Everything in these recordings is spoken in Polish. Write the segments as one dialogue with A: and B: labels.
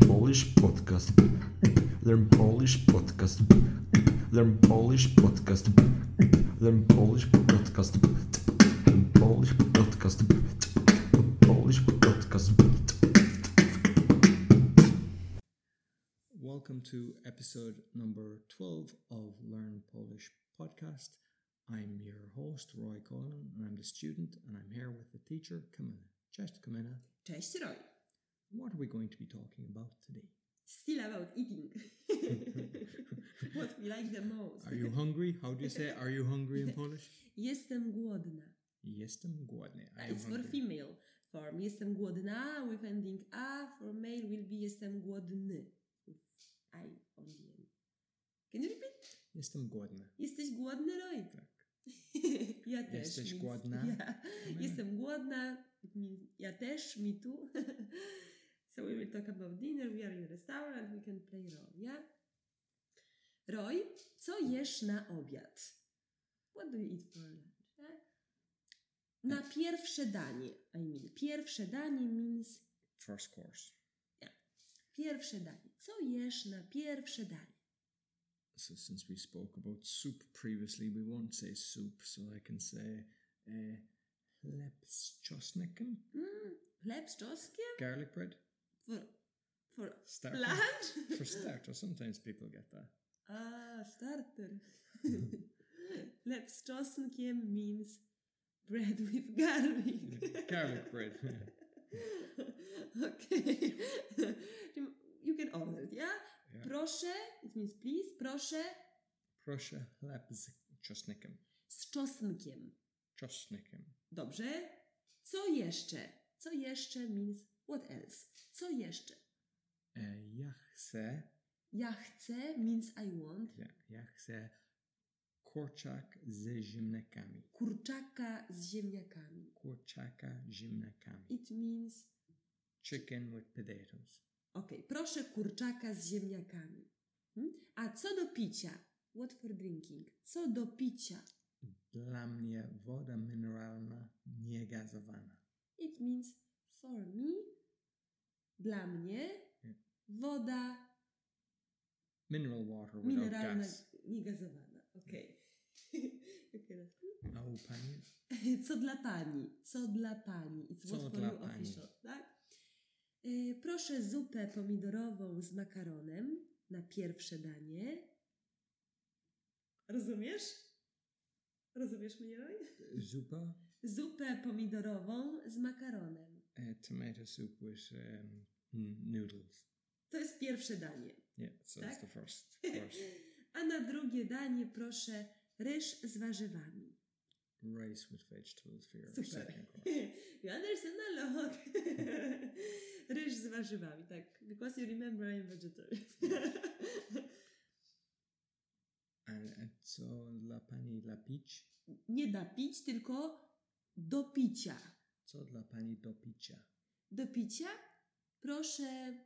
A: Polish podcast. Learn Polish podcast. Learn Polish podcast. Learn Polish podcast. Learn Polish podcast. Learn Polish podcast.
B: Welcome to episode number 12 of Learn Polish podcast. I'm your host, Roy Collin, and I'm the student, and I'm here with the teacher, Kamina. Cześć, Kamina.
C: Cześć Roy!
B: What are we going to be talking about today?
C: Still about eating. What we like the most.
B: Are you hungry? How do you say are you hungry in Polish?
C: Jestem głodna.
B: Jestem głodny. I am
C: It's for
B: hungry.
C: female form. Jestem głodna with ending a. For male will be jestem głodny. With I on the end. Can you repeat?
B: Jestem głodny.
C: Jesteś głodny, Roy?
B: Tak.
C: ja też.
B: Jesteś
C: więc
B: głodna?
C: Ja, jestem głodna. It means Ja też, me too. so we will talk about dinner. We are in restaurant. We can play Roy, yeah? Roy, co jesz na obiad? What do you eat for lunch? yeah? Na pierwsze danie, I mean. Pierwsze danie means
B: First course.
C: pierwsze danie. Co jesz na pierwsze danie?
B: So since we spoke about soup previously, we won't say soup, so I can say uh, chleb z czosnkiem,
C: Mm, chleb z czosnkiem?
B: garlic bread,
C: For, for
B: starter.
C: lunch?
B: For starter, sometimes people get that.
C: A, starter. Chleb z czosnkiem means bread with garlic.
B: Garlic bread.
C: okay. you can order it, yeah?
B: Yeah.
C: Proszę, it means please, proszę
B: Proszę chleb z czosnkiem.
C: z czosnkiem.
B: Czosnkiem.
C: Dobrze? Co jeszcze? Co jeszcze means what else? Co jeszcze?
B: E, ja chcę,
C: Ja chcę means I want.
B: ja, ja chcę kurczak z ziemniakami.
C: Kurczaka z ziemniakami.
B: Kurczaka z ziemniakami.
C: It means
B: Chicken with potatoes.
C: Okej, proszę kurczaka z ziemniakami. Hmm? A co do picia? What for drinking? Co do picia?
B: Dla mnie woda mineralna niegazowana.
C: It means for me, dla mnie,
B: Hmm.
C: woda
B: Mineral water without
C: mineralna,
B: gas.
C: niegazowana. Okej. Okay.
B: A u pani?
C: co dla pani? Co dla pani? It's
B: Co
C: what for
B: dla
C: you
B: pani.
C: official, tak? Y, proszę zupę pomidorową z makaronem na pierwsze danie. Rozumiesz? Rozumiesz mnie, Roy?
B: Zupa?
C: Zupę pomidorową z makaronem.
B: Uh, tomato soup with um, n- noodles.
C: To jest pierwsze danie.
B: Yeah, so that's
C: Tak?
B: the first course.
C: A na drugie danie proszę ryż z warzywami.
B: rice with vegetables for your
C: Super.
B: second course.
C: You understand a lot. Ryż z warzywami, tak. Because you remember I'm vegetarian.
B: And, and so dla pani dla pić,
C: Nie da pić, tylko do picia.
B: co dla pani do picia?
C: Do picia proszę...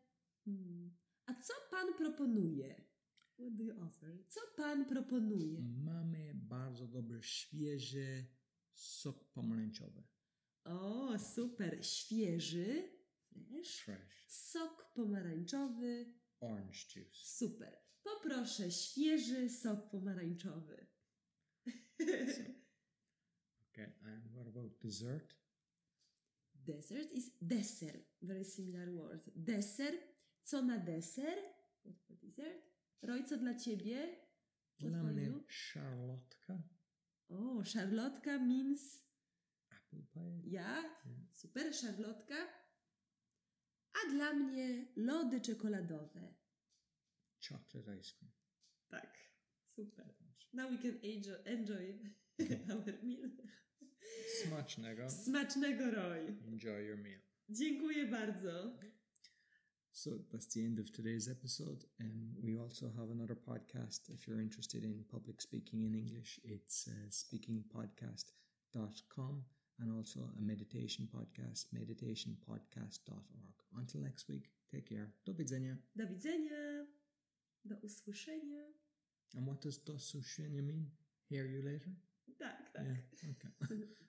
C: Hmm. A co pan proponuje? What do you offer? Co pan proponuje?
B: Mm. Mamy bardzo dobry, świeży sok pomarańczowy.
C: O, super. Świeży. Fresh.
B: Fresh.
C: Sok pomarańczowy.
B: Orange juice.
C: Super. Poproszę świeży sok pomarańczowy.
B: Okay, and what about dessert?
C: Dessert is deser. Very similar word. Deser. Co na deser? What for dessert? Roy, co dla ciebie? What
B: Dla
C: for
B: mnie
C: you?
B: szarlotka,
C: O, szarlotka means
B: apple pie,
C: ja.
B: Mhm.
C: Super, szarlotka. A dla mnie lody czekoladowe.
B: chocolate ice cream.
C: Tak, super. Now we can enjo- enjoy our meal. No.
B: Smacznego.
C: Smacznego, Roy.
B: Enjoy your meal.
C: Dziękuję bardzo.
B: So that's the end of today's episode. Um, we also have another podcast if you're interested in public speaking in English. It's uh, speakingpodcast.com and also a meditation podcast, meditationpodcast.org. Until next week, take care. Do widzenia.
C: Do widzenia. Do usłyszenia.
B: And what does do sushenya mean? Hear you later?
C: Tak, tak.
B: Yeah. Okay.